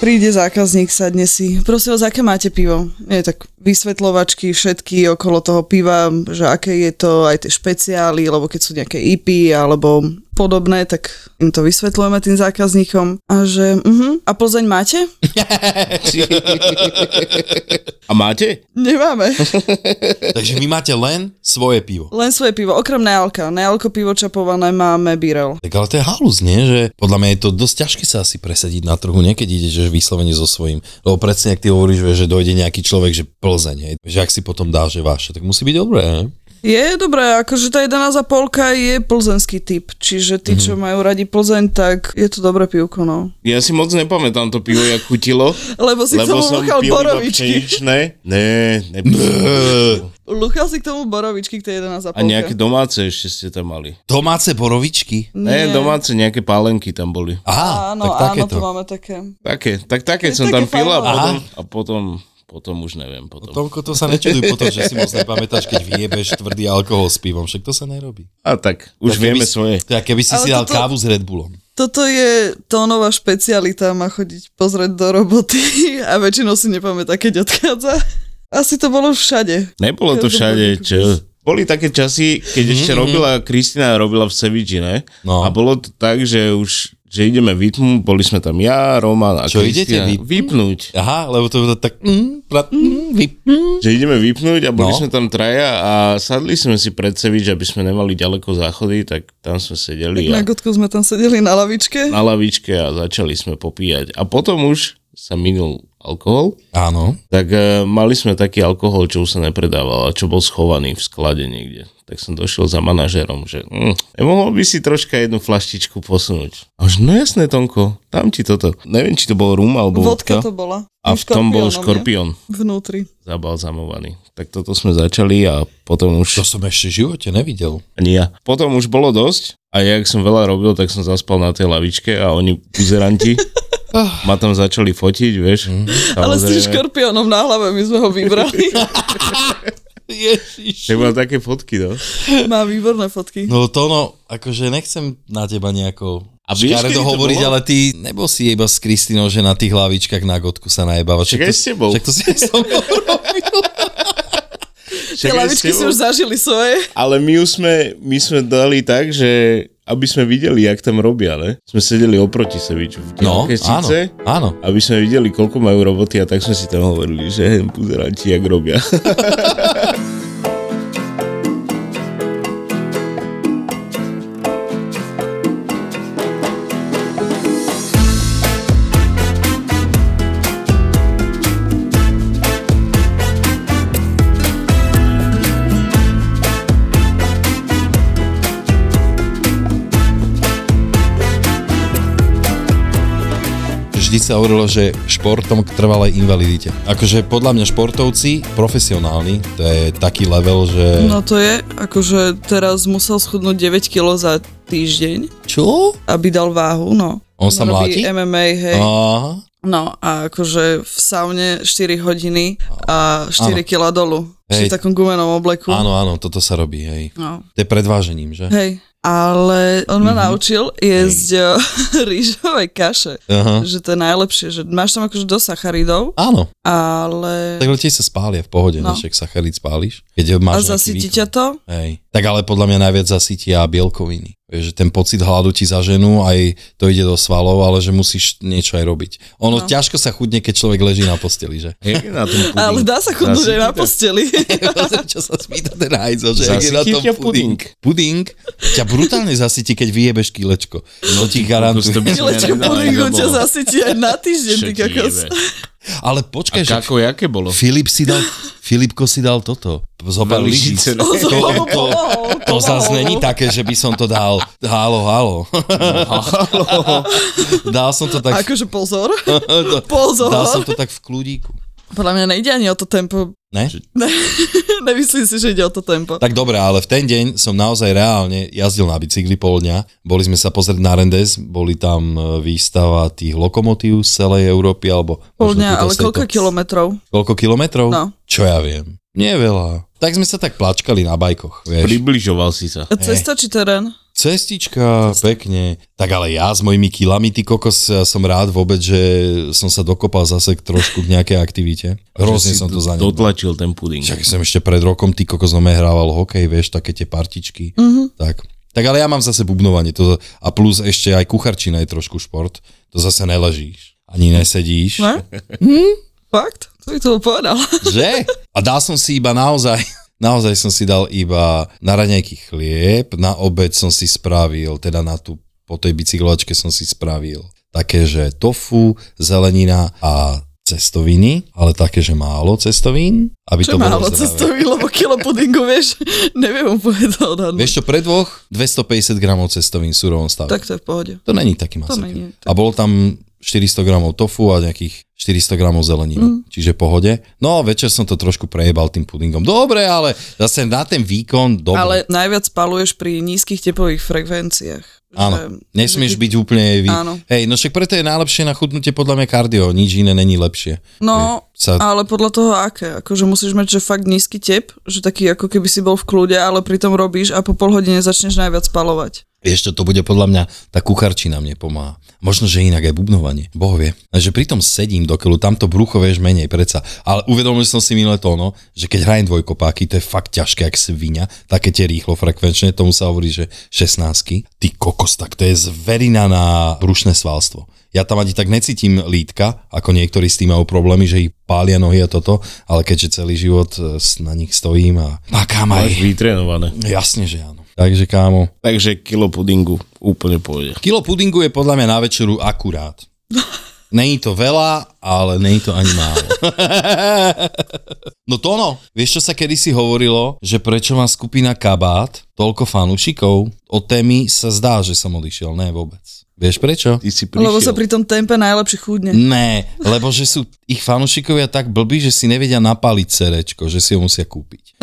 Príde zákazník, sadne si. Prosím vás, aké máte pivo? Nie, tak vysvetľovačky všetky okolo toho piva, že aké je to, aj tie špeciály, lebo keď sú nejaké IP alebo podobné, tak im to vysvetľujeme tým zákazníkom. A že, uh-huh, a Plzeň máte? A máte? Nemáme. Takže vy máte len svoje pivo. Len svoje pivo, okrem nealka. Nealko pivo čapované máme Birel. Tak ale to je halus, nie? Že podľa mňa je to dosť ťažké sa asi presadiť na trhu, niekedy ideš že vyslovene so svojím. Lebo presne, ak ty hovoríš, vieš, že dojde nejaký človek, že Plzeň, hej, že ak si potom dá, že vaše, tak musí byť dobré, ne? Je dobré, akože tá 11,5 je plzenský typ, čiže tí, čo majú radi Plzeň, tak je to dobré pivko, no. Ja si moc nepamätám to pivo, jak chutilo. Lebo si k lebo tomu som luchal pil iba borovičky. pšeničné. Ne, ne, Luchal si k tomu borovičky, k tej 11,5. A nejaké domáce ešte ste tam mali. Domáce borovičky. Ne, domáce, nejaké pálenky tam boli. Aha, Áno, áno, tak takéto. to máme také. Také, tak také To je som také tam pil a fajn. potom, a potom, potom už neviem. Potom. Tomko, to sa nečuduj potom, že si moc nepamätáš, keď vyjebeš tvrdý alkohol s pivom, však to sa nerobí. A tak, už Tak vieme keby si- svoje. To je, keby si Ale si dal toto- kávu s Red Bullom. Toto je tónová špecialita, má chodiť pozrieť do roboty a väčšinou si nepamätá, keď odchádza. Asi to bolo všade. Nebolo to všade, čo? Boli také časy, keď ešte robila, Kristina robila v Seviči, ne? Mm-hmm. No. A bolo to tak, že už že ideme vypnúť, boli sme tam ja, Roman a Čo, Kristina. idete vypnúť? Vypnúť. Aha, lebo to je tak... Mm, pra, mm, vy, mm. Že ideme vypnúť a boli No. sme tam traja a sadli sme si pred Sevič, aby sme nemali ďaleko záchody, tak tam sme sedeli Na a gotku sme tam sedeli na lavičke. na lavičke a začali sme popíjať. A potom už sa minul alkohol, Áno. tak e, mali sme taký alkohol, čo už sa nepredával a čo bol schovaný v sklade niekde. Tak som došiel za manažerom, že mm, nemohol by si troška jednu flaštičku posunúť. A už, no jasné, Tonko, tam ti toto. Neviem, či to bol rum alebo Vodka vodka. to bola. a v tom bol škorpiónom, nie? škorpión Vnútri. zabalzamovaný. Tak toto sme začali a potom To už... som ešte v živote nevidel. Ani ja. Potom už bolo dosť a ja, jak som veľa robil, tak som zaspal na tej lavičke a oni buzeranti Ah. ma tam začali fotiť, vieš. Mhm. Ale s tým Samozrejme. škorpiónom na hlave my sme ho vybrali. Tak Ježiš. mám také fotky, no. Má výborné fotky. No to no, akože nechcem na teba nejako a vieš, kedy to hovoriť, bolo? ale ty nebol si iba s Kristinou, že na tých hlavičkách na gotku sa najebáva. Však aj s tebou. Však to si som Tie lavičky si už zažili svoje. Ale my už sme, my sme dali tak, že aby sme videli, jak tam robia, ne? Sme sedeli oproti Seviču v No, diálke áno, síce, áno. aby sme videli, koľko majú roboty a tak sme si tam hovorili, že buzeranti, jak robia. Vždy sa hovorilo, že športom k trvalej invalidite. Akože podľa mňa športovci, profesionálni, to je taký level, že... No to je, akože teraz musel schudnúť 9 kg za týždeň, Čo? aby dal váhu, no. On sa Robí mláti? MMA, hej. Aha. No a akože v saune 4 hodiny a 4 Áno. kg dolu. Hej. Hej. V takom gumenom obleku. Áno, áno, toto sa robí, hej. No. To je predvážením, že? Hej. Ale on Mhm. ma naučil jesť eh, rýžové kaše. Aha. Že to je najlepšie, že máš tam akože do sacharidov, Áno. ale... Tak ale tie sa spália v pohode, No. no. však sacharid spáliš. Keď máš A nejaký zasytí výkon. ťa to? Hej. Tak ale podľa mňa najviac zasytia bielkoviny. Vieš, že ten pocit hladu ti zaženú, aj to ide do svalov, ale že musíš niečo aj robiť. Ono no. ťažko sa chudne, keď človek leží na posteli, že? Jak je na tom puding? Ale dá sa chudnúť aj na Zasytíte? posteli. čo sa spýta ten hajzo, že ak je Zasytí na tom ťa puding. puding. Puding ťa brutálne zasytí, keď vyjebeš kilečko. No ti garantujem. by som ja Kilečko nedal, aj pudingu ťa zabolo. zasytí aj na týždeň, Čo ty ti kokos. jebe? Ale A počkaj, že kako, jaké bolo? Filip si dal, Filipko si dal toto. Zobral lyžic. Lyžice, ne? To, To, to, to zase není také, že by som to dal. Halo, halo. Dal som to tak... Akože pozor, to- pozor. Dal som to tak v kľudíku. Podľa mňa nejde ani o to tempo. Ne? Nemyslím si, že ide o to tempo. Tak dobre, ale v ten deň som naozaj reálne jazdil na bicykli pol dňa. Boli sme sa pozrieť na Rendes, boli tam e, výstava tých lokomotív z celej Európy, alebo... Pol možno dňa, tu ale z tejto- koľko kilometrov? Koľko kilometrov? No. Čo ja viem. Nie veľa. Tak sme sa tak plačkali na bajkoch, vieš. Približoval si sa. A Eh. cesta či terén? Cestička, pekne. Tak ale ja s mojimi kilami, ty kokos, ja som rád vôbec, že som sa dokopal zase k trošku k nejakej aktivite. Že Hrozne si som to do- zanedbal. Dotlačil ten puding. Však som ešte pred rokom, ty kokos, no hrával hokej, vieš, také tie partičky. Mm-hmm. Tak. tak ale ja mám zase bubnovanie to, a plus ešte aj kucharčina je trošku šport. To zase neležíš, ani nesedíš. Ne? Fakt? To by to povedal. Že? A dal som si iba naozaj, naozaj som si dal iba na raňajky chlieb, na obed som si spravil, teda na tú, po tej bicyklovačke som si spravil také, že tofu, zelenina a cestoviny, ale také, že málo cestovín, aby Čo to bolo málo zdravé. cestový, lebo kilo pudingu, vieš, neviem úplne to odhadnúť. Vieš čo, pre dvoch 250 gramov cestovín v surovom stave. Tak to je v pohode. To není taký masaker. není, tak- A bolo tam 400 gramov tofu a nejakých 400 gramov zeleniny, mm. čiže pohode. No večer som to trošku prejebal tým pudingom. Dobre, ale zase na ten výkon, dobre. Ale najviac spaluješ pri nízkych tepových frekvenciách. Áno, Že- nesmieš že- byť úplne... Vy... Áno. Hej, no však preto je najlepšie na chudnutie podľa mňa kardio, nič iné není lepšie. No, Hej, sa- ale podľa toho aké. Akože musíš mať, že fakt nízky tep, že taký ako keby si bol v kľude, ale pritom robíš a po pol hodine začneš najviac spalovať. Vieš čo, to bude podľa mňa, tá kucharčina mne pomáha. Možno, že inak aj bubnovanie, boh vie. A že pritom sedím do keľu, tamto brucho vieš menej, preca. Ale uvedomil som si minulé to, no, že keď hrajem dvojkopáky, to je fakt ťažké, ak svinia, také tie rýchlo frekvenčné, tomu sa hovorí, že 16 Ty kokos, tak to je zverina na brušné svalstvo. Ja tam ani tak necítim lítka, ako niektorí s tým majú problémy, že ich pália nohy a toto, ale keďže celý život e, s- na nich stojím a makám Máš aj. vytrenované. Jasne, že áno. Takže kámo, Takže kilo pudingu úplne pôjde. Kilo pudingu je podľa mňa na večeru akurát. Není to veľa, ale není to ani málo. No to ono, vieš čo sa kedysi hovorilo, že prečo má skupina Kabát toľko fanúšikov? Od témy sa zdá, že som odišiel, ne vôbec. Vieš prečo? Ty si Prišiel. Lebo sa prišiel. pri tom tempe najlepšie chudne. Ne, lebo že sú ich fanúšikovia tak blbí, že si nevedia napáliť cerečko, že si ho musia kúpiť.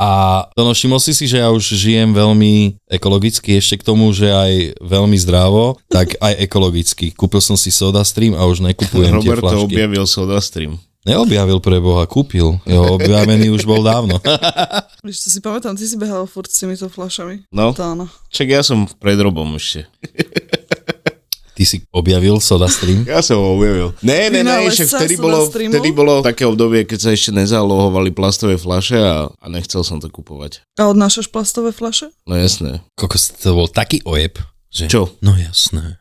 A to no, všimol si si, že ja už žijem veľmi ekologicky, ešte k tomu, že aj veľmi zdravo, tak aj ekologicky. Kúpil som si Soda Stream a už nekupujem tie Roberto flašky. objavil Soda Stream. Neobjavil pre Boha, kúpil. Jeho objavený už bol dávno. Vieš, to si pamätám, ty si behal furt s týmito flašami. No, To áno. čak ja som pred robom ešte. Ty si objavil Soda Stream? Ja som ho objavil. Ne, ne, ne, Finále ešte sa vtedy Soda bolo, Streamu? vtedy bolo také obdobie, keď sa ešte nezalohovali plastové flaše a, a nechcel som to kupovať. A odnášaš plastové flaše? No jasné. Kokos, to bol taký ojeb, že... Čo? No jasné.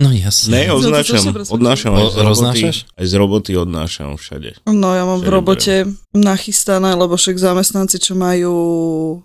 No jasné. Ne, odnášam, strašne presvedčil. odnášam aj z O- roboty. roznášaš? Aj z roboty odnášam všade. No ja mám v Že robote nachystané, lebo však zamestnanci, čo majú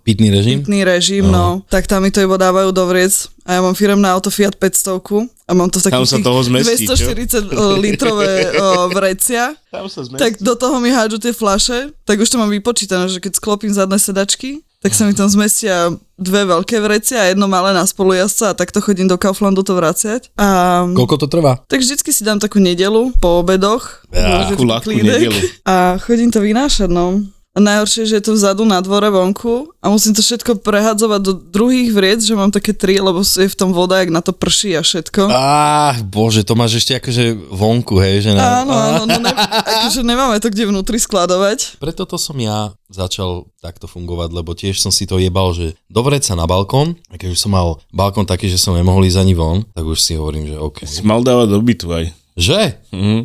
Pitný režim? pitný režim, no, tak tam mi to iba dávajú do vriec. A ja mám firemné auto Fiat 500 a mám to v Tam takých sa tých toho zmestí, čo? 240 o, litrové o, vrecia. Tam sa zmestil. Tak do toho mi hádžu tie flaše, tak už to mám vypočítané, že keď sklopím zadné sedačky, tak sa mi tam zmestia dve veľké vrecia a jedno malé na spolujazca a takto chodím do Kauflandu to vraciať. A... Koľko to trvá? Tak vždycky si dám takú nedelu po obedoch. Ja, Dôležitý takú ľahkú klídek. nedelu. A chodím to vynášať, no. A najhoršie, že je to vzadu na dvore vonku a musím to všetko prehadzovať do druhých vriec, že mám také tri, lebo je v tom voda, jak na to prší a všetko. Á, bože, to máš ešte akože vonku, hej, že na... Áno, áno, no ne, akože nemáme to kde vnútri skladovať. Preto to som ja začal takto fungovať, lebo tiež som si to jebal, že dovrieť sa na balkón, a keď už som mal balkón taký, že som nemohol ísť ani von, tak už si hovorím, že OK. Si mal dávať do bytu aj. Že? Ne,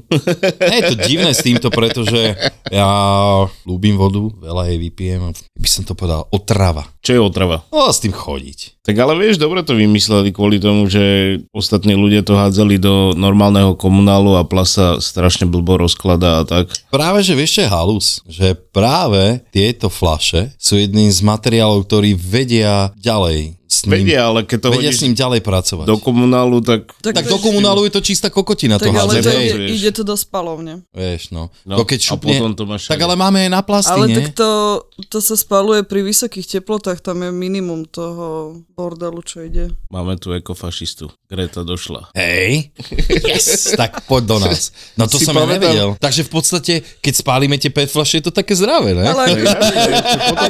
je to divné s týmto, pretože ja ľúbim vodu, veľa jej vypijem, a by som to povedal, otrava. Čo je otrava? No, s tým chodiť. Tak ale vieš, dobre to vymysleli kvôli tomu, že ostatní ľudia to hádzali do normálneho komunálu a plasa strašne blbo rozkladá a tak. Práve, že vieš, čo je halus? Že práve tieto flaše sú jedným z materiálov, ktorí vedia ďalej z s ním, Vedia, ale keď to vedia hodíš s ním ďalej pracovať. do komunálu, tak tak do komunálu je to čistá kokotina Tak to ale hádzať, to hej. ide, vieš. ide to do spalovne. Vieš, no. No, to keď a šupne, potom to máš tak všade. ale máme aj na plasty, Ale nie? tak to, to sa spaluje pri vysokých teplotách, tam je minimum toho bordelu, čo ide. máme tu ekofašistu. Greta došla. Hej, yes, tak poď do nás. No to Si som ja pamätám. nevedel. Takže v podstate, keď spálime tie PET flaše, je to také zdravé, ne? Ale ako,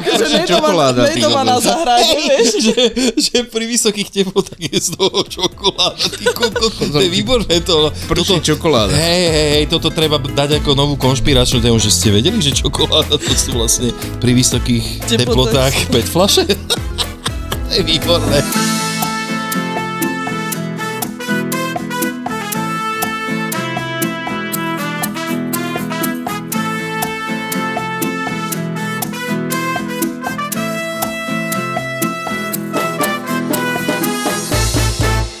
akože prší nie doma, čokoláda, nie ty doma na kokos. zahrade, vieš. že, že pri vysokých teplotách je z toho čokoláda. Ty kokos, to je výborné to. Prší čokoláda. Hej, hej, hej, toto treba dať ako novú konšpiračnú tému, že ste vedeli, že čokoláda to sú vlastne pri vysokých Teplotách. teplotách PET flaše? to je výborné.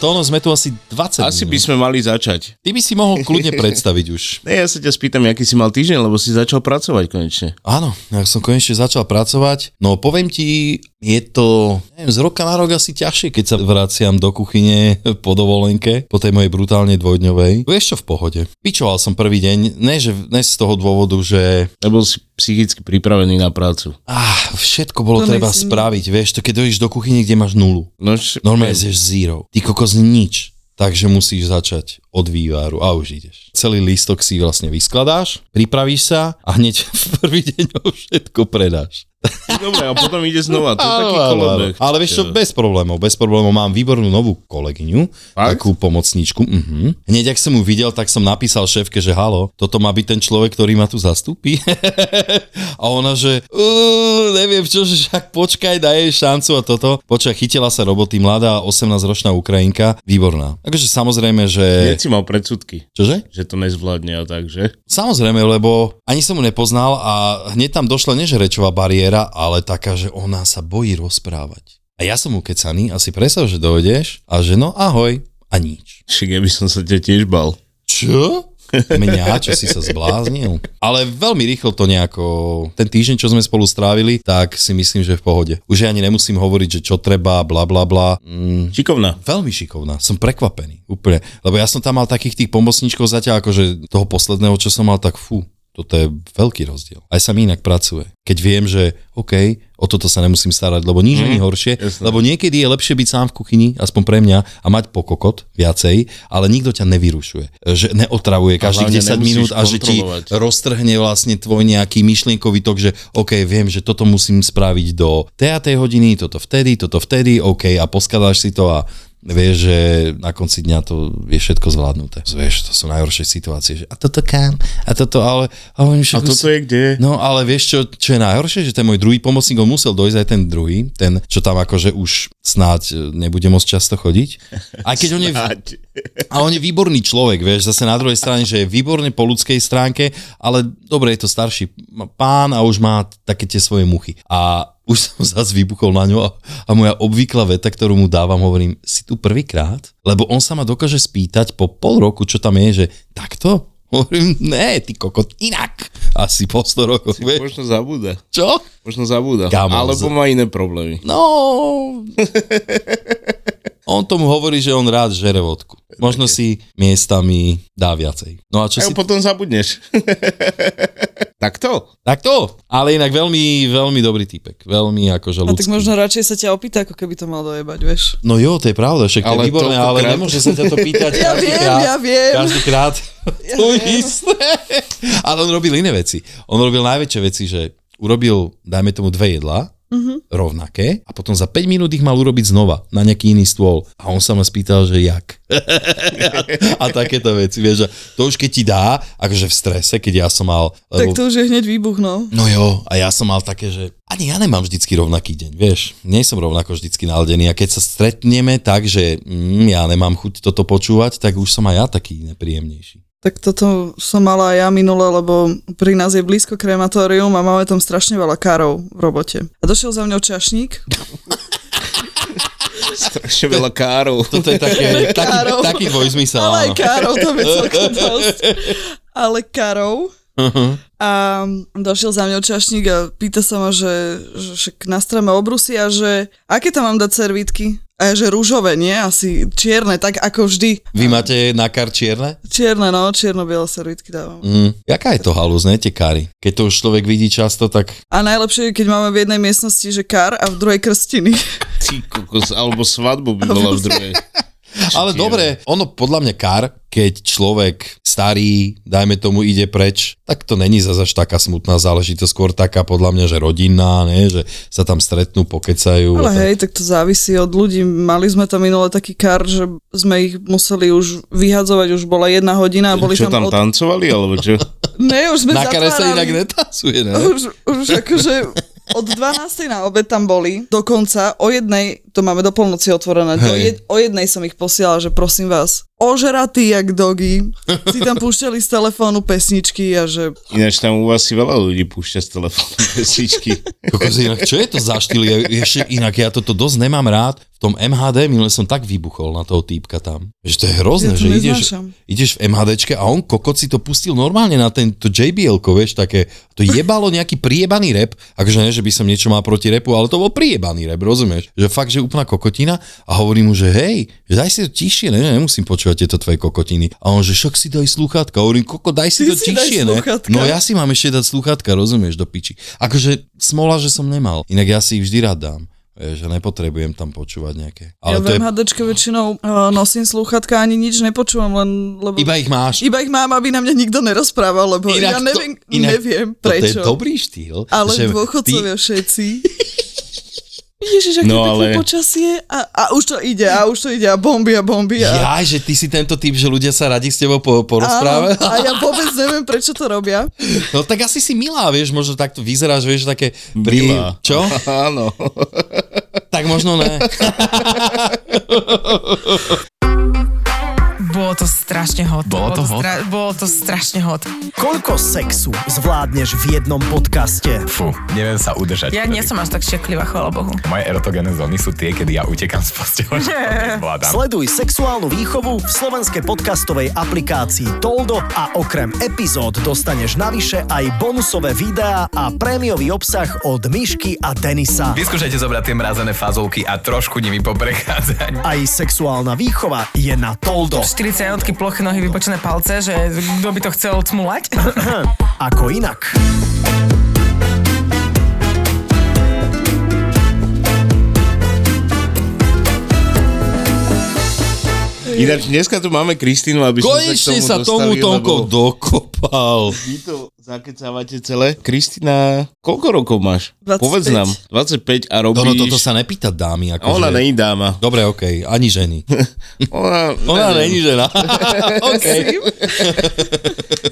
To ono, sme tu asi 20 Asi by minút. sme mali začať. Ty by si mohol kľudne predstaviť už. Ne, ja sa ťa spýtam, aký si mal týždeň, lebo si začal pracovať konečne. Áno, ja som konečne začal pracovať. No poviem ti, je to neviem, z roka na rok asi ťažšie, keď sa vraciam do kuchyne po dovolenke, po tej mojej brutálne dvojdňovej. Vieš čo, v pohode. Pičoval som prvý deň, ne, že, ne z toho dôvodu, že Nebol si psychicky pripravený na prácu. ah, všetko bolo To treba myslím. spraviť. Vieš, to keď dojdeš do kuchyne, kde máš nulu. No, š- Normálne zješ zero. Ty kokos nič. Takže musíš začať od vývaru a už ideš. Celý lístok si vlastne vyskladáš, pripravíš sa a hneď v prvý deň ho všetko predáš. Dobre, a potom ide znova. To je Áno, taký áno, kolobek. áno. Ale vieš čo, bez problémov, bez problémov. Mám výbornú novú kolegyňu, Fakt? takú pomocníčku. Mhm. Hneď ak som ju videl, tak som napísal šéfke, že halo, toto má byť ten človek, ktorý ma tu zastúpi. a ona, že "Ú, neviem čo, že však počkaj, daj jej šancu a toto. Počkaj, chytila sa roboty, mladá 18-ročná Ukrajinka, výborná. Takže samozrejme, že... Nie si mal predsudky, Čože? že to nezvládne a tak, že? Samozrejme, lebo ani som mu nepoznal a hneď tam došla než rečová bariéra, ale taká, že ona sa bojí rozprávať. A ja som ukecaný, asi predstav, že dojdeš a že no ahoj a nič. Však ja by som sa ťa tiež bal. Čo? Mňa, čo si sa zbláznil. Ale veľmi rýchlo to nejako, ten týždeň, čo sme spolu strávili, tak si myslím, že v pohode. Už ani nemusím hovoriť, že čo treba, bla bla bla. Mm, Šikovná. Veľmi šikovná, som prekvapený, úplne. Lebo ja som tam mal takých tých pomocníčkov zatiaľ, akože toho posledného, čo som mal, tak fú, toto je veľký rozdiel. Aj sa mi inak pracuje. Keď viem, že OK, o toto sa nemusím starať, lebo nič není horšie, Mhm. jasné. lebo niekedy je lepšie byť sám v kuchyni, aspoň pre mňa, a mať pokokot viacej, ale nikto ťa nevyrušuje. Že neotravuje každých hlavne 10 nemusíš minút a že ti kontrolovať. roztrhne vlastne tvoj nejaký myšlienkový tok, že OK, viem, že toto musím spraviť do tej a tej hodiny, toto vtedy, toto vtedy, OK, a poskladáš si to a vieš, že na konci dňa to je všetko zvládnuté. Vieš, to sú najhoršie situácie, že a toto kam, a toto, ale... A, hovorím, že A toto je kde? No ale vieš čo, čo je najhoršie, že ten môj druhý pomocník, on musel dojsť aj ten druhý, ten, čo tam akože už snáď e, nebude moc často chodiť. Aj keď on je, Ať. a on je výborný človek, vieš, zase na druhej strane, že je výborný po ľudskej stránke, ale dobre, je to starší pán a už má také tie svoje muchy. A už som zase vybuchol na ňo a, a moja obvyklá veta, ktorú mu dávam, hovorím, si tu prvýkrát? Lebo on sa ma dokáže spýtať po pol roku, čo tam je, že takto? Hovorím, ne, ty kokot, inak. Asi po 100 rokov, vieš, Možno zabúda. čo? Možno zabúda. Kamo, Alebo za- má iné problémy. No. On tomu hovorí, že on rád žere vodku. Možno si miestami dá viacej. No a čo A si... ju potom zabudneš. Takto? Takto! Ale inak veľmi, veľmi dobrý typek. Veľmi akože A ľudský. tak možno radšej sa ťa opýta, ako keby to mal dojebať, vieš. No jo, to je pravda, však to je Ale výborné, toľkokrát. ale nemôže sa ťa to pýtať Ja každý viem, krát. ja viem. Každýkrát to isté. Ale on robil iné veci. On robil najväčšie veci, že urobil, dajme tomu, dve jedlá, Mhm. rovnaké a potom za 5 minút ich mal urobiť znova na nejaký iný stôl. A on sa ma spýtal, že jak. a takéto veci, vieš, že to už keď ti dá, akože v strese, keď ja som mal... Tak lebo- to už je hneď výbuch, no. No jo, a ja som mal také, že ani ja nemám vždycky rovnaký deň, vieš. Nie som rovnako vždycky naladený a keď sa stretneme tak, že mm, ja nemám chuť toto počúvať, tak už som aj ja taký nepríjemnejší. Tak toto som mala aj ja minule, lebo pri nás je blízko krematórium a máme tam strašne veľa karov v robote. A došiel za mňou čašník. Strašne veľa károv. Toto je také, taký, Károv. No, taký dvojzmysel, Ale aj áno. karov tam je celkom dosť. Ale karov. Uh-huh. A došiel za mňou čašník a pýta sa ma, že, že však na streme obrusy a že aké tam mám dať servítky? A ja, že rúžové, nie? Asi čierne, tak ako vždy. Vy máte na kar čierne? Čierne, no, čierno-biele servítky dávam. Mm. Jaká je to halus, ne, tie kary? Keď to už človek vidí často, tak A najlepšie je, keď máme v jednej miestnosti, že kar a v druhej krstiny. Ty kokos, alebo svadbu by bola v druhej. Ale dobre, ono podľa mňa kar, keď človek starý, dajme tomu, ide preč, tak to není zase až taká smutná záležitosť, skôr taká podľa mňa, že rodinná, ne? že sa tam stretnú, pokecajú. Ale a tak. hej, tak to závisí od ľudí. Mali sme tam minule taký kar, že sme ich museli už vyhadzovať, už bola jedna hodina a boli Čo tam... od... tam tancovali, alebo čo? Ne, už sme Na kare sa zatvárali. inak netasuje, ne? Už, už akože od 12. na obed tam boli, dokonca o jednej, to máme do polnoci otvorené, do Hej. jed, o jednej som ich posielala, že prosím vás, ožratí jak dogy, si tam púšťali z telefónu pesničky a že Ináč tam u vás si veľa ľudí púšťa z telefónu pesničky. Kokos, inak, čo je to za štýl? Ja, ešte, inak ja toto dosť nemám rád. V tom MHD minule som tak vybuchol na toho týpka tam. Že to je Ja hrozné, to že ideš, neznášam. ideš v MHDčke a on kokot si to pustil normálne na tento jbl vieš, také, to jebalo nejaký priebaný rep, akože ne, že by som niečo mal proti repu, ale to bol priebaný rep, rozumieš? Že fakt, že úplná kokotina a hovorím mu, že hej, že daj si to tichšie, ne, že nemusím počúvať tieto tvoje kokotiny. A on, že však si daj slúchatka, hovorím, koko, daj si Ty to si daj tichšie, ne? slúchatka. No ja si mám ešte dať slúchatka, rozumieš, do piči. Akože smola, že som nemal, inak ja si ich vždy rád dám. Vieš, že nepotrebujem tam počúvať nejaké. Ale ja Ale v to je, MHDčke väčšinou uh, nosím slúchatka ani nič nepočúvam, len lebo... iba ich máš. iba ich mám, aby na mňa nikto nerozprával, lebo ja Inak to- neviem, inak neviem To prečo. je dobrý štýl. ale že dôchodcovia Ty, všetci. Ježiš, aké No, no, pekné ale- počasie. A, a už to ide, a už to ide, a bomby, a bomby. A... ja, že ty si tento typ, že ľudia sa radi s tebou po, porozprávajú. Áno, a ja vôbec neviem, prečo to robia. No tak asi si milá, vieš, možno takto vyzeráš, vieš, také... Milá. Čo? Áno. Tak možno ne. Bolo to strašne hot. Bolo to hot? Stra- bolo to strašne hot. Koľko sexu zvládneš v jednom podcaste? Fú, neviem sa udržať. Ja vtedy. nie som až tak šeklivá, chvála Bohu. Moje erotogénne zóny sú tie, kedy ja utekám z postele, že to nezvládam. Sleduj sexuálnu výchovu v slovenskej podcastovej aplikácii Toldo a okrem epizód dostaneš navyše aj bonusové videá a prémiový obsah od Myšky a Denisa. Vyskúšajte zobrať tie mrazené fazulky a trošku nimi poprechádzať. Aj sexuálna výchova je na Toldo. 40 jednotky ploché nohy, vypočené palce, že kto by to chcel cmulať? Ako inak? Ináč dneska tu máme Kristínu, aby sme Konečne sa k sa tomu dostali, tomu Tomko lebo dokopal. vy to zakecávate celé. Kristina, koľko rokov máš? 25. Povedz nám. 25 a robíš... Ono No, toto sa nepýta dámy. Ako Ona že... není dáma. Dobre, okej, ani ženy. Ona, Ona neviem. není žena. okej.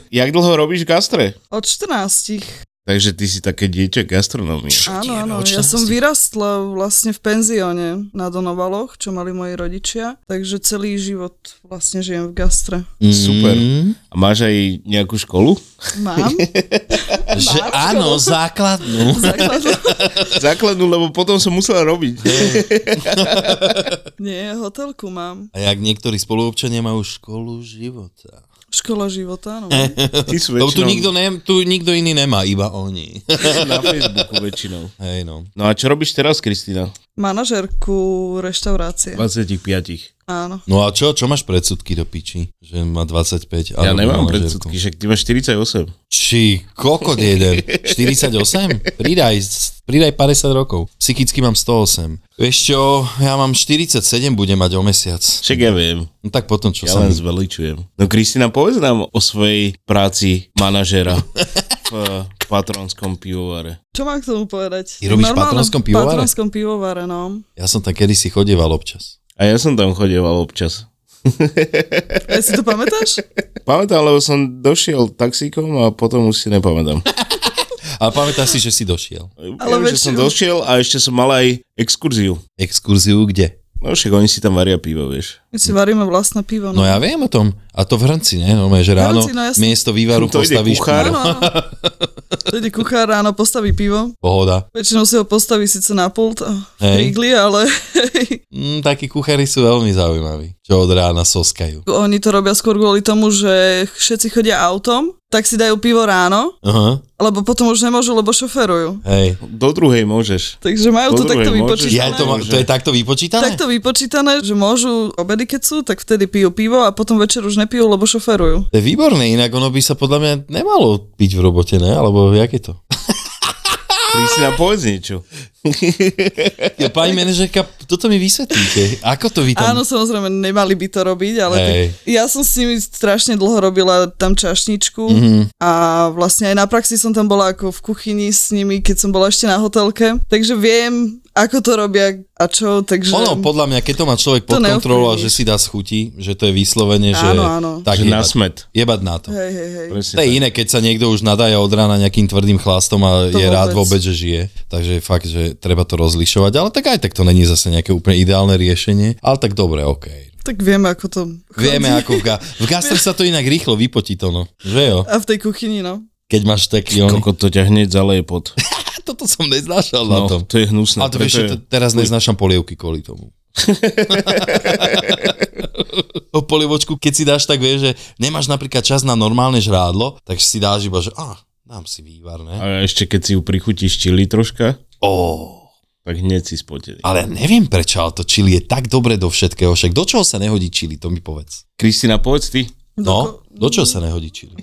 Jak dlho robíš gastre? Od 14. Takže ty si také dieťa gastronomie. Áno, Dieva, áno. no, od Ja som 14. vyrastla vlastne v penzióne na Donovaloch, čo mali moji rodičia. Takže celý život vlastne žijem v gastre. Mm. Super. A máš aj nejakú školu? Mám. Že áno, základnú. Základnú, lebo potom som musela robiť. Nie, hotelku mám. A jak niektorí spoluobčania majú školu života. Škola života, no. Eh. Ty sú Lebo tu väčšinou nikto, ne, tu nikto iný nemá, iba oni. na Facebooku väčšinou. Hej no. No a čo robíš teraz, Kristina? Manažerku reštaurácie. 25. Áno. No a čo, čo máš predsudky do piči? Že má 25 a Ja robí nemám manažérku. predsudky, však ty máš 48. Či kokot jeden. 48? Pridaj, pridaj 50 rokov. Psychicky mám 108. Vieš čo, ja mám 47, budem mať o mesiac. Však ja viem, No tak potom čo ja sa... len mi- zveličujem. No Kristina, povedz nám o svojej práci manažera v eh, patronskom pivovare. Čo mám k tomu povedať? Ty robíš v Normálnom patronskom pivovare? patronskom pivovare, no. Ja som tam kedysi chodieval občas. A ja som tam chodeval občas. Ja si to pamätáš? Pamätám, lebo som došiel taxíkom a potom už si nepamätám. Ale pamätáš si, že si došiel. Ale Viem, že som väčšinou- došiel a ešte som mal aj exkurziu. Exkurziu kde? No však oni si tam varia pivo, vieš. My si varíme vlastné pivo, No ja viem o tom. A to v Hrnci, ne? No, že ráno Hrnci, no jasne. miesto vývaru To ide postavíš no, kuchár. pivo. Áno, áno. Tedy kuchár ráno postaví pivo. Pohoda. Väčšinou si ho postaví síce na pult a Hej. v igli, ale Mm, takí kuchári sú veľmi zaujímaví, čo od rána soskajú. oni to robia skôr kvôli tomu, že všetci chodia autom tak si dajú pivo ráno, Aha, lebo potom už nemôžu, lebo šoferujú. hej. Do druhej môžeš. Takže majú to Dobre, takto môžeš. Ja, vypočítané. to, ma- to je takto vypočítané? Takto vypočítané, že môžu obedy, keď sú, tak vtedy pijú pivo a potom večer už nepijú, lebo šoferujú. To je výborné, inak ono by sa podľa mňa nemalo piť v robote, ne? Alebo jak je to? Ty si nám povedz niečo. Ja, pani manažerka, toto mi vysvetlíte. Ako to vy tam... Áno, samozrejme, nemali by to robiť, ale tak, Hej. ja som s nimi strašne dlho robila tam čašničku Mhm. mm-hmm. a vlastne aj na praxi som tam bola ako v kuchyni s nimi, keď som bola ešte na hotelke, takže viem, ako to robia a čo, takže... Ono, podľa mňa, keď to má človek To pod kontrolou a neovplyvníš. že si dá schutí, že to je vyslovene, že... Áno, áno. Tak Že na jebať, smet. jebať na to. Hej, hej, hej. Presne To je tak. iné, keď sa niekto už nadája od rána nejakým tvrdým chlastom a To je rád vôbec. vôbec, že žije. Takže fakt, že treba to rozlišovať, ale tak aj tak to není zase nejaké úplne ideálne riešenie. Ale tak dobre, OK. Tak vieme, ako to... Vieme, ako v, ga- v gastre sa to inak rýchlo vypotí to, no. Že jo? A v tej kuchyni, no. Keď máš taký on... Koko, to ťa hneď zaleje pod. Toto som neznášal No, na tom. to je hnusné. Ale to vieš, preto čo, je- te- teraz neznášam polievky kvôli tomu. o polievočku, keď si dáš tak, vieš, že nemáš napríklad čas na normálne žrádlo, tak si dáš iba, že ah, dám si vývar, ne? A ešte keď si ju prichutíš čili troška, Ó, tak hneď si spotený. ale neviem prečo, ale to čili je tak dobre do všetkého, však do čoho sa nehodí čili, to mi povedz. Kristina, povedz ty. No, do čoho sa nehodí čili?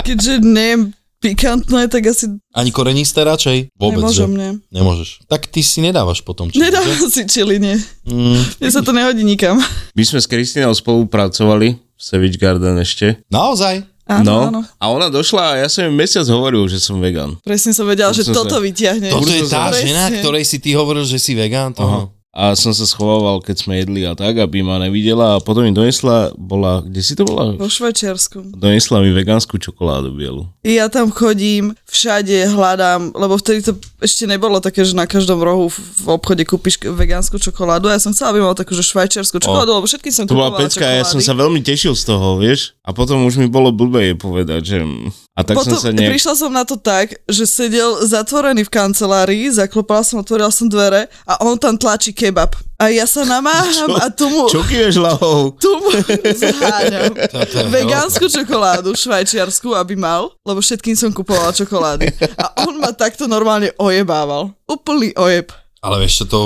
Keďže nie je pikantné, tak asi Ani korenisté radšej? Vôbec, nemôžem, že? nie. Nemôžeš. Tak ty si nedávaš potom čili, že? Nedávam si čili, nie. Mm. Mne sa to nehodí nikam. My sme s Kristinou spolupracovali v Savage Garden ešte. Naozaj? Áno, áno. no, a ona došla a ja som jej mesiac hovoril, že som vegan. Presne som vedela, že som sa- toto vyťahne. Toto je tá Presne. žena, ktorej si ty hovoril, že si vegán? To... Aha. A som sa schovával, keď sme jedli a tak, aby ma nevidela a potom mi donesla, bola, kde si to bola? Vo Švajčiarsku. Donesla mi vegánsku čokoládu bielu. Ja tam chodím, všade hľadám, lebo vtedy to ešte nebolo také, že na každom rohu v v obchode kúpiš k- vegánsku čokoládu. Ja som chcela, aby mal takú, že švajčiarsku čokoládu, lebo všetky som To bola kúpovala pecka, ja som sa No čokolády. veľmi tešil z toho, vieš? A potom už mi bolo blbé jej povedať, že... mm, A tak Potom som sa nejak... prišla som na to tak, že sedel zatvorený v kancelárii, zaklopala som, otvorila som dvere a on tam tlačí kebab. A ja sa namáham a tu mu, Čo kýveš hlavou? tu mu zháňam to je vegánsku čokoládu, švajčiarsku, aby mal, lebo všetkým som kupovala čokolády. A on ma takto normálne ojebával. Úplný ojeb. Ale vieš, čo, to,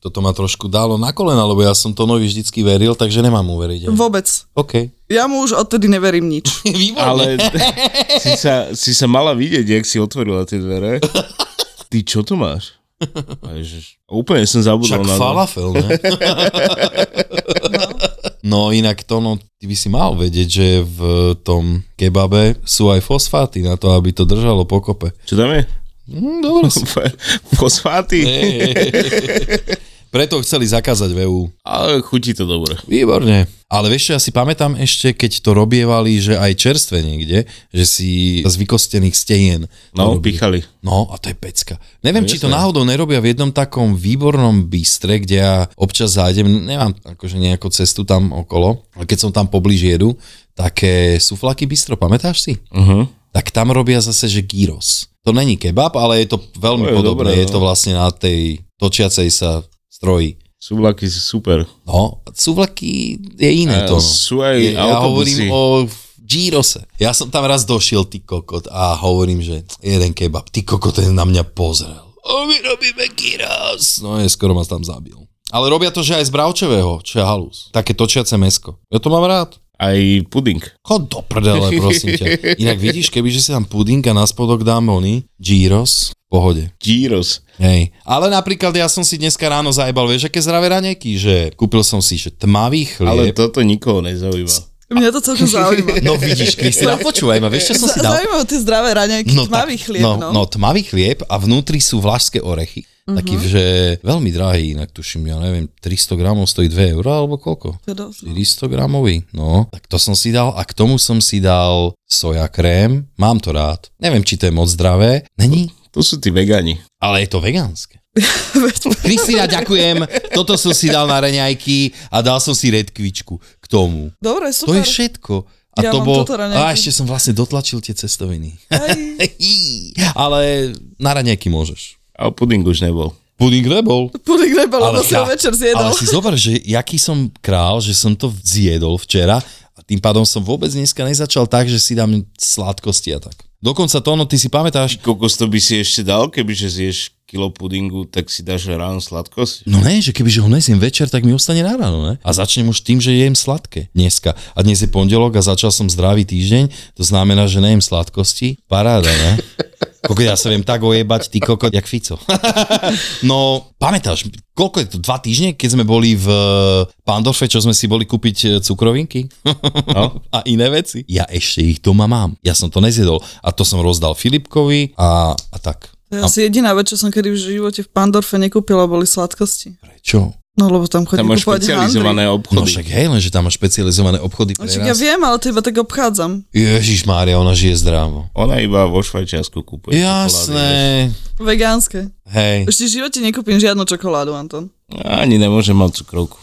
toto ma trošku dalo na kolena, lebo ja som Tonovi vždycky veril, takže nemám mu veriť. ani. Vôbec. OK. Ja mu už odtedy neverím nič. Výborné. Ale... Ale si sa, si sa mala vidieť, jak si otvorila tie dvere. Ty čo tu máš? A ježiš, úplne som Však zabudol na to. falafel, ne? No inak Tono, ty by si mal vedieť, že v tom kebabe sú aj fosfáty na to, aby to držalo pokope. Čo tam je? Mm, dobre si. Fosfáty? Preto chceli zakázať v EU. Ale chutí to dobre. Výborne. Ale vieš čo, ja si pamätám ešte, keď to robievali, že aj čerstve niekde, že si z vykostených stehien. No, to robili. pichali. No a to je pecka. No, Neviem, či to jasné. náhodou nerobia v jednom takom výbornom bystre, kde ja občas zájdem, nemám akože nejakú cestu tam okolo, ale keď som tam poblíž jedu, také suflaky bistro, pamätáš si? Uh-huh. Tak tam robia zase, že gyros. To není kebab, ale je to veľmi To je to je dobré, podobné. Dobré, je to no. vlastne na tej točiacej sa stroji. Súblaky sú super. No, súvlaky je A iné to. No. sú aj Je- ja autobusy. hovorím o Girose. Ja som tam raz došiel, ty kokot, a hovorím, že jeden kebab, ty kokot, ten na mňa pozrel. O, my robíme Giros. No je, skoro ma tam zabil. Ale robia to, že aj z bravčového, čo je halus. Také točiace mesko. Ja to mám rád. Aj puding. Chod do prdele, prosím ťa. Inak vidíš, kebyže si tam pudinka na spodok dám oni, Giros, v pohode. Gyros. Hej, ale napríklad ja som si dneska ráno zajebal, vieš, aké zdravé raňajky, že kúpil som si že tmavý Ale chlieb. toto nikoho nezaujíma. Mňa to celkom zaujíma. No vidíš, Kristina, počúvaj ma, vieš, čo som si Z- dal? zaujímavé tie zdravé raňajky, no, tmavý tak- chlieb, no, no. Mhm. no. tmavý chlieb a vnútri sú vlašské orechy. Uh-huh. Taký, že veľmi drahý, inak tuším, ja neviem, 300 gramov stojí 2 eurá alebo koľko? To je dosť, no. 400 gramový, no. Tak to som si dal a k tomu som si dal soja krém, mám to rád. Neviem, či to je moc zdravé, není, To sú tí vegani. ale je to vegánske. Kristina, ďakujem, toto som si dal na reňajky a dal som si redkvičku k tomu. Dobre, To super. je všetko. Ja A to mám bol... toto raňajky. A ešte som vlastne dotlačil tie cestoviny. Aj. Ale na raňajky môžeš. A puding už nebol. Puding nebol. Pudík nebol, lebo si ho ja- večer zjedol. Ale si zober, že jaký som král, že som to zjedol včera a tým pádom som vôbec dneska nezačal tak, že si dám sladkosti a tak. Dokonca to, no ty si pamätáš, Kokos to by si ešte dal, kebyže zješ kilo pudingu, tak si dáš ráno sladkosť. No ne, že kebyže ho nezjem večer, tak mi ostane na ráno, ne? A začnem už tým, že jem sladké dneska. A dnes je pondelok a začal som zdravý týždeň, to znamená, že nejem sladkosti. Paráda, ne? Koko, ja sa viem tak ojebať, ty koko, jak Fico. no, pamätáš, koľko je to, dva týždne, keď sme boli v eh, Pandorfe, čo sme si boli kúpiť e, cukrovinky no. a iné veci? Ja ešte ich doma mám. Ja som to nezjedol a to som rozdal Filipkovi a, a tak. To je asi jediná vec, čo som kedy v živote v Pandorfe nekúpila, boli sladkosti. Prečo? No lebo tam chodí Tam máš kupovať handry. špecializované No obchody. však hej, lenže tam máš špecializované obchody pre No, však nás. ja viem, ale to iba tak obchádzam. Ježiš Mária, ona žije zdravo. Ona iba vo Švajčiarsku kúpuje. čokolády, Jasné. Vegánske. Hej. Ešte v živote nekúpim žiadnu čokoládu, Anton. vieš. Ani nemôžem mať cukrovku.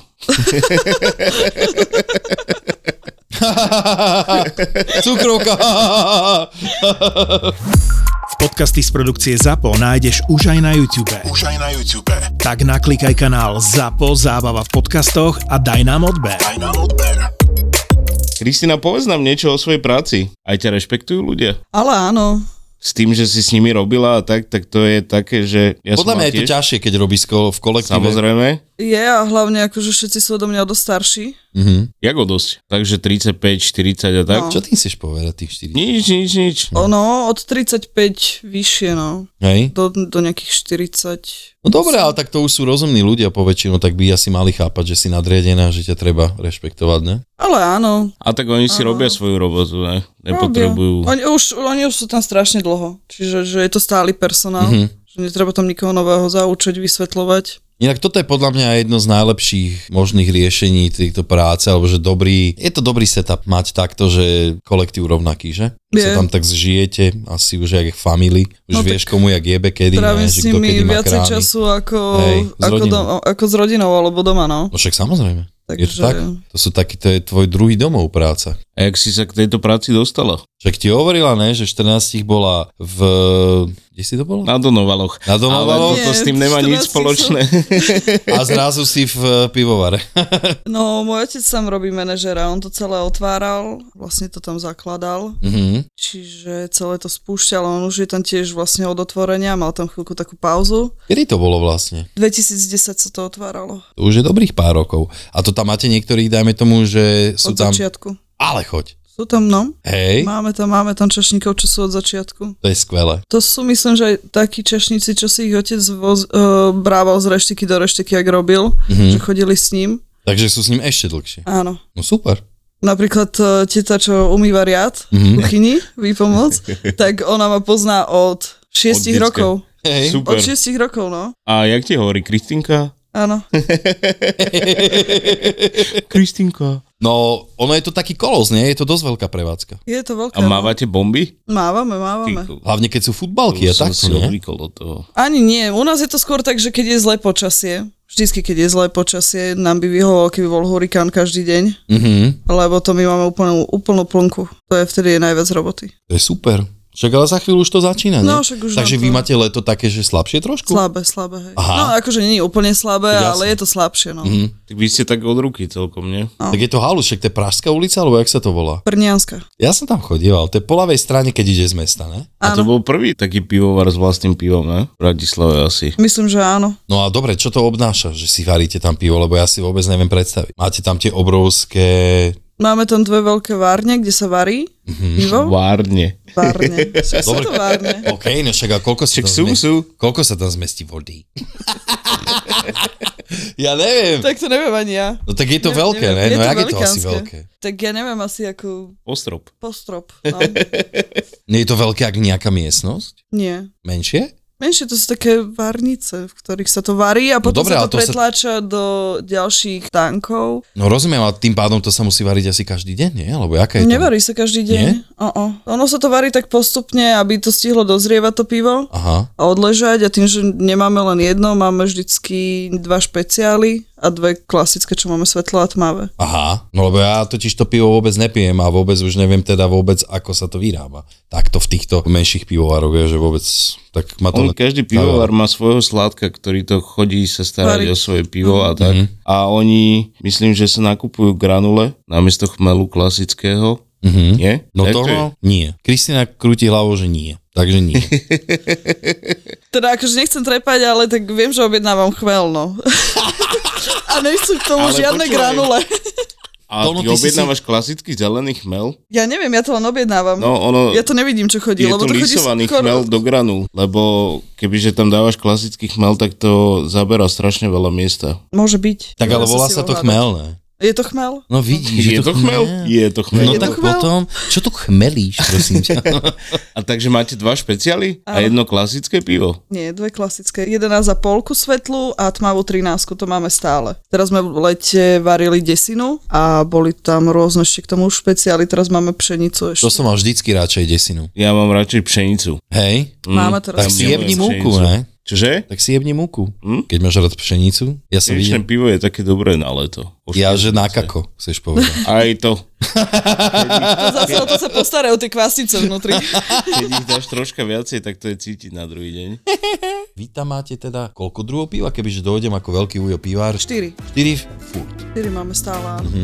Cukrovka. Podcasty z produkcie ZAPO nájdeš už aj na YouTube. Už aj na YouTube. Tak naklikaj kanál ZAPO Zábava v podcastoch a daj nám odber. Aj na odber. Kristina, povedz nám niečo o svojej práci. Aj ťa rešpektujú ľudia? Ale áno, S tým, že si s nimi robila a tak, tak to je také, že... Ja Podľa som mňa je to tiež- ťažšie, keď robíš ko- v kolektíve. Samozrejme. je a hlavne akože všetci sú odo mňa o dosť starší. Mhm. Jako dosť. Takže 35, 40 a tak. Čo ty chceš povedať tých 4? Nič, nič, nič. Ono od 35 vyššie, no. Hej? Do, do nejakých 40. No dobre, ale tak to už sú rozumní ľudia po väčšinu, tak by asi mali chápať, že si nadriadená, že ťa treba rešpektovať, ne? Ale áno. A tak oni si robia svoju robotu, ne? Nepotrebujú. Robia. Oni už, oni už sú tam strašne dlho. Čiže že je to stály personál. Mhm. Mm-hmm. Že netreba tam nikoho nového zaučiť, vysvetľovať. Inak toto je podľa mňa jedno z najlepších možných riešení tejto práce, alebo že dobrý, je to dobrý setup mať takto, že kolektív rovnaký, že? Je. Je. Sa tam tak zžijete, asi už jak family, už no No vieš komu jak jebe, kedy, ne, Trávim že s kto nimi kedy má viacej krámy. času ako, Hej, s ako, rodinou. dom, ako s rodinou alebo doma, no. No však samozrejme. Takže... Je to Takže- tak? To sú taký, to je tvoj druhý domov práca. A jak si sa k tejto práci dostala? Však ti hovorila, ne, že 14 ich bola v... Kde si to bolo? Na Donovaloch. Na Donovaloch? Ale to s tým Nie, nemá 14 nič som. spoločné. A zrazu si v eh, pivovare. No, môj otec sám robí manažera, on to celé otváral, vlastne to tam zakladal, Mhm. čiže celé to spúšťal, on už je tam tiež vlastne od otvorenia, mal tam chvíľku takú pauzu. Kedy to bolo vlastne? 2010 sa to otváralo, To už je dobrých pár rokov. A to tam máte niektorých, dajme tomu, že sú od tam... začiatku. Ale choď. Sú tam, no, Hej, máme tam, máme tam čašníkov, čo sú od začiatku. to je skvelé. To sú, myslím, že aj takí čašníci, čo si ich otec voz, uh, brával z reštiky do reštiky, ak robil, Mhm. mm-hmm. že chodili s ním. Takže sú s ním ešte dlhšie. Áno. No super. Napríklad e, teta, čo umýva riad v Mhm. kuchyni, výpomoc, tak ona ma pozná od 6 Od detska. rokov. Hej. Od Super. 6 rokov, no. A jak ti hovorí Kristinka? Áno. Kristinka. No, ono je to taký kolos, nie? Je to dosť veľká prevádzka. Je to veľké. A mávate bomby? no. Mávame, mávame. Hlavne keď sú futbalky a som tak, si nie? odvykol od toho. Ani nie. U nás je to skôr tak, že keď je zlé počasie, vždycky keď je zlé počasie, nám by vyhovoval, keby bol hurikán každý deň, Mhm. lebo to my máme úplnú, úplnú plnku. To je vtedy je najviac roboty. To je super. Však ale za chvíľu už to začína, nie? No, však už nám Takže to- vy máte leto také, že slabšie trošku? Slabé, slabé, hej. Aha. No akože nie je úplne slabé, Jasne. Mhm. ale je to slabšie, no. Mm-hmm. Tak vy ste tak od ruky celkom, nie? no. Tak je to halus, však to je Pražská ulica, alebo jak sa to volá? Prnianska. Ja som tam chodieval, to je po ľavej strane, keď ide z mesta, ne? A to bol prvý taký pivovar s vlastným pivom, ne? V Bratislave asi. Myslím, že áno. No a dobre, čo to obnáša, že si varíte tam pivo, lebo ja si vôbec neviem predstaviť. Máte tam tie obrovské... Máme tam dve veľké várne, kde sa varí pivo. Várne. Várne. Sú sú Mhm. Dobre. to várne. OK, no však a koľko sa, Však tam sú, zmestí, sú. koľko sa tam zmestí vody? ja neviem. Tak to neviem ani ja. No tak je to Ne- veľké, ne? neviem. No jak je to asi velikánske. veľké? Tak ja neviem asi ako Ostrop. postrop. No. Nie je to veľké, ak nejaká miestnosť? Nie. Menšie? Menšie to sú také várnice, v ktorých sa to varí a potom No dobre, dobre, sa ale to to sa- pretláča do ďalších tankov. No rozumiem, ale tým pádom to sa musí variť asi každý deň, nie? Alebo aká je to? Nevarí sa každý deň. Nie? Uh-uh. Ono sa to varí tak postupne, aby to stihlo dozrievať to pivo Aha. a odležať a tým, že nemáme len jedno, máme vždycky dva špeciály a dve klasické, čo máme svetlo a tmavé. Aha, no lebo ja totiž to pivo vôbec nepijem a vôbec už neviem teda vôbec, ako sa to vyrába. Takto v týchto menších pivovaroch, vieš, že vôbec, tak ma to... On, každý pivovar má svojho sládka, ktorý to chodí sa starať Varí. o svoje pivo a Mhm. tak. A oni, myslím, že sa nakupujú granule namiesto chmelu klasického. Mhm. Nie? No Jak to je? nie. Kristina krúti hlavou, že nie. Takže nie. Teda akože nechcem trepať, ale tak viem, že objednávam chmel, no. a nechcem k tomu Ale žiadne počúvaj. granule. A Tono, ty ty si objednávaš klasický zelený chmel? Ja neviem, ja to len objednávam. No ono... Ja to nevidím, čo chodí, je lebo to to chodí lisovaný chmel do granul, lebo kebyže tam dávaš klasický chmel, tak to zabera strašne veľa miesta. Môže byť. tak ale Môže volá si sa to ovládať. chmelné. Je to chmel? No vidíš, Je to chmel? Je to chmel. No Je to tak chmel? potom, čo tu chmelíš, prosím ťa? A takže máte dva špeciály a Áno. jedno klasické pivo. Nie, dve klasické. 11 a polku svetlu a tmavú 13, to máme stále. Teraz sme v lete varili desinu a boli tam rôzne ešte k tomu špeciály, teraz máme pšenicu ešte. To som mal vždycky radšej desinu. Ja mám radšej pšenicu. Hej? Máme Mm, Tak teraz... Tam si milujem jebni múku, pšenicu. ne? Čože? Tak si jebni múku. Hm? Keď máš rád pšenicu. Ja som Pšeničné videl. pivo je také dobré na leto. Už Ja, keď- že na kako, chceš povedať. Aj to. To zase o to sa postarajú tie kvasnice vnútri. Keď ich dáš troška viacej, tak to je cítiť na druhý deň. Vy tam máte teda koľko druhov piva, kebyže dojdem ako veľký ujo pivár? 4. 4 furt. 4 máme stále. áno. Mhm.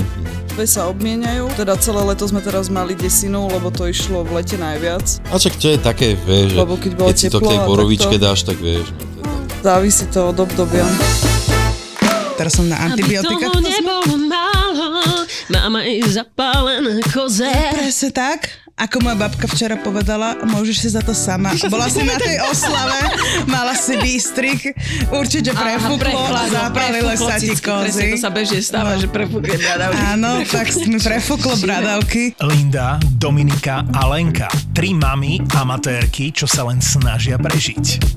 Dve sa obmieniajú. Teda celé leto sme teraz mali desinu, lebo to išlo v lete najviac. A čak to je také, vieš, že Lebo keď bolo si to teplo k tej a borovičke takto. dáš, tak vieš. No, to je tak. Závisí to od obdobia. Teraz som na antibiotika. Toho nebolo málo, máme i zapálené koze. Presne tak, ako moja babka včera povedala, môžeš si za to sama. Bola si na tej oslave, mala si výstrik, určite prefúklo a zapálilo sa ti kozy. To sa bežne stáva, že prepukne bradavky. Áno, tak mi prefúklo bradavky. Linda, Dominika a Lenka. Tri mami amatérky, čo sa len snažia prežiť.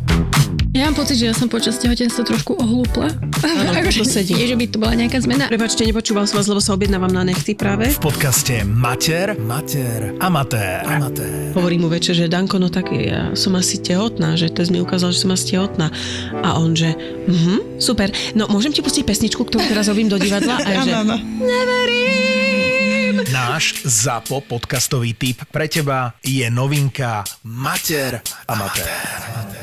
Ja mám pocit, že ja som počas tehotenstva trošku ohlúpla. Áno, to sedí. Je, že by to bola nejaká zmena. Prepačte, nepočúval som vás, lebo sa objednávam na nechty práve. V podcaste Mater, Mater, Amatér. Amatér. Hovorím mu večer, že Danko, no tak ja som asi tehotná, že test mi ukázal, že som asi tehotná. A on, že mhm, super, no môžem ti pustiť pesničku, ktorú teraz robím do divadla? A ja, že Áno, áno. Náš ZAPO podcastový tip pre teba je novinka Mater, Amatér. Amatér.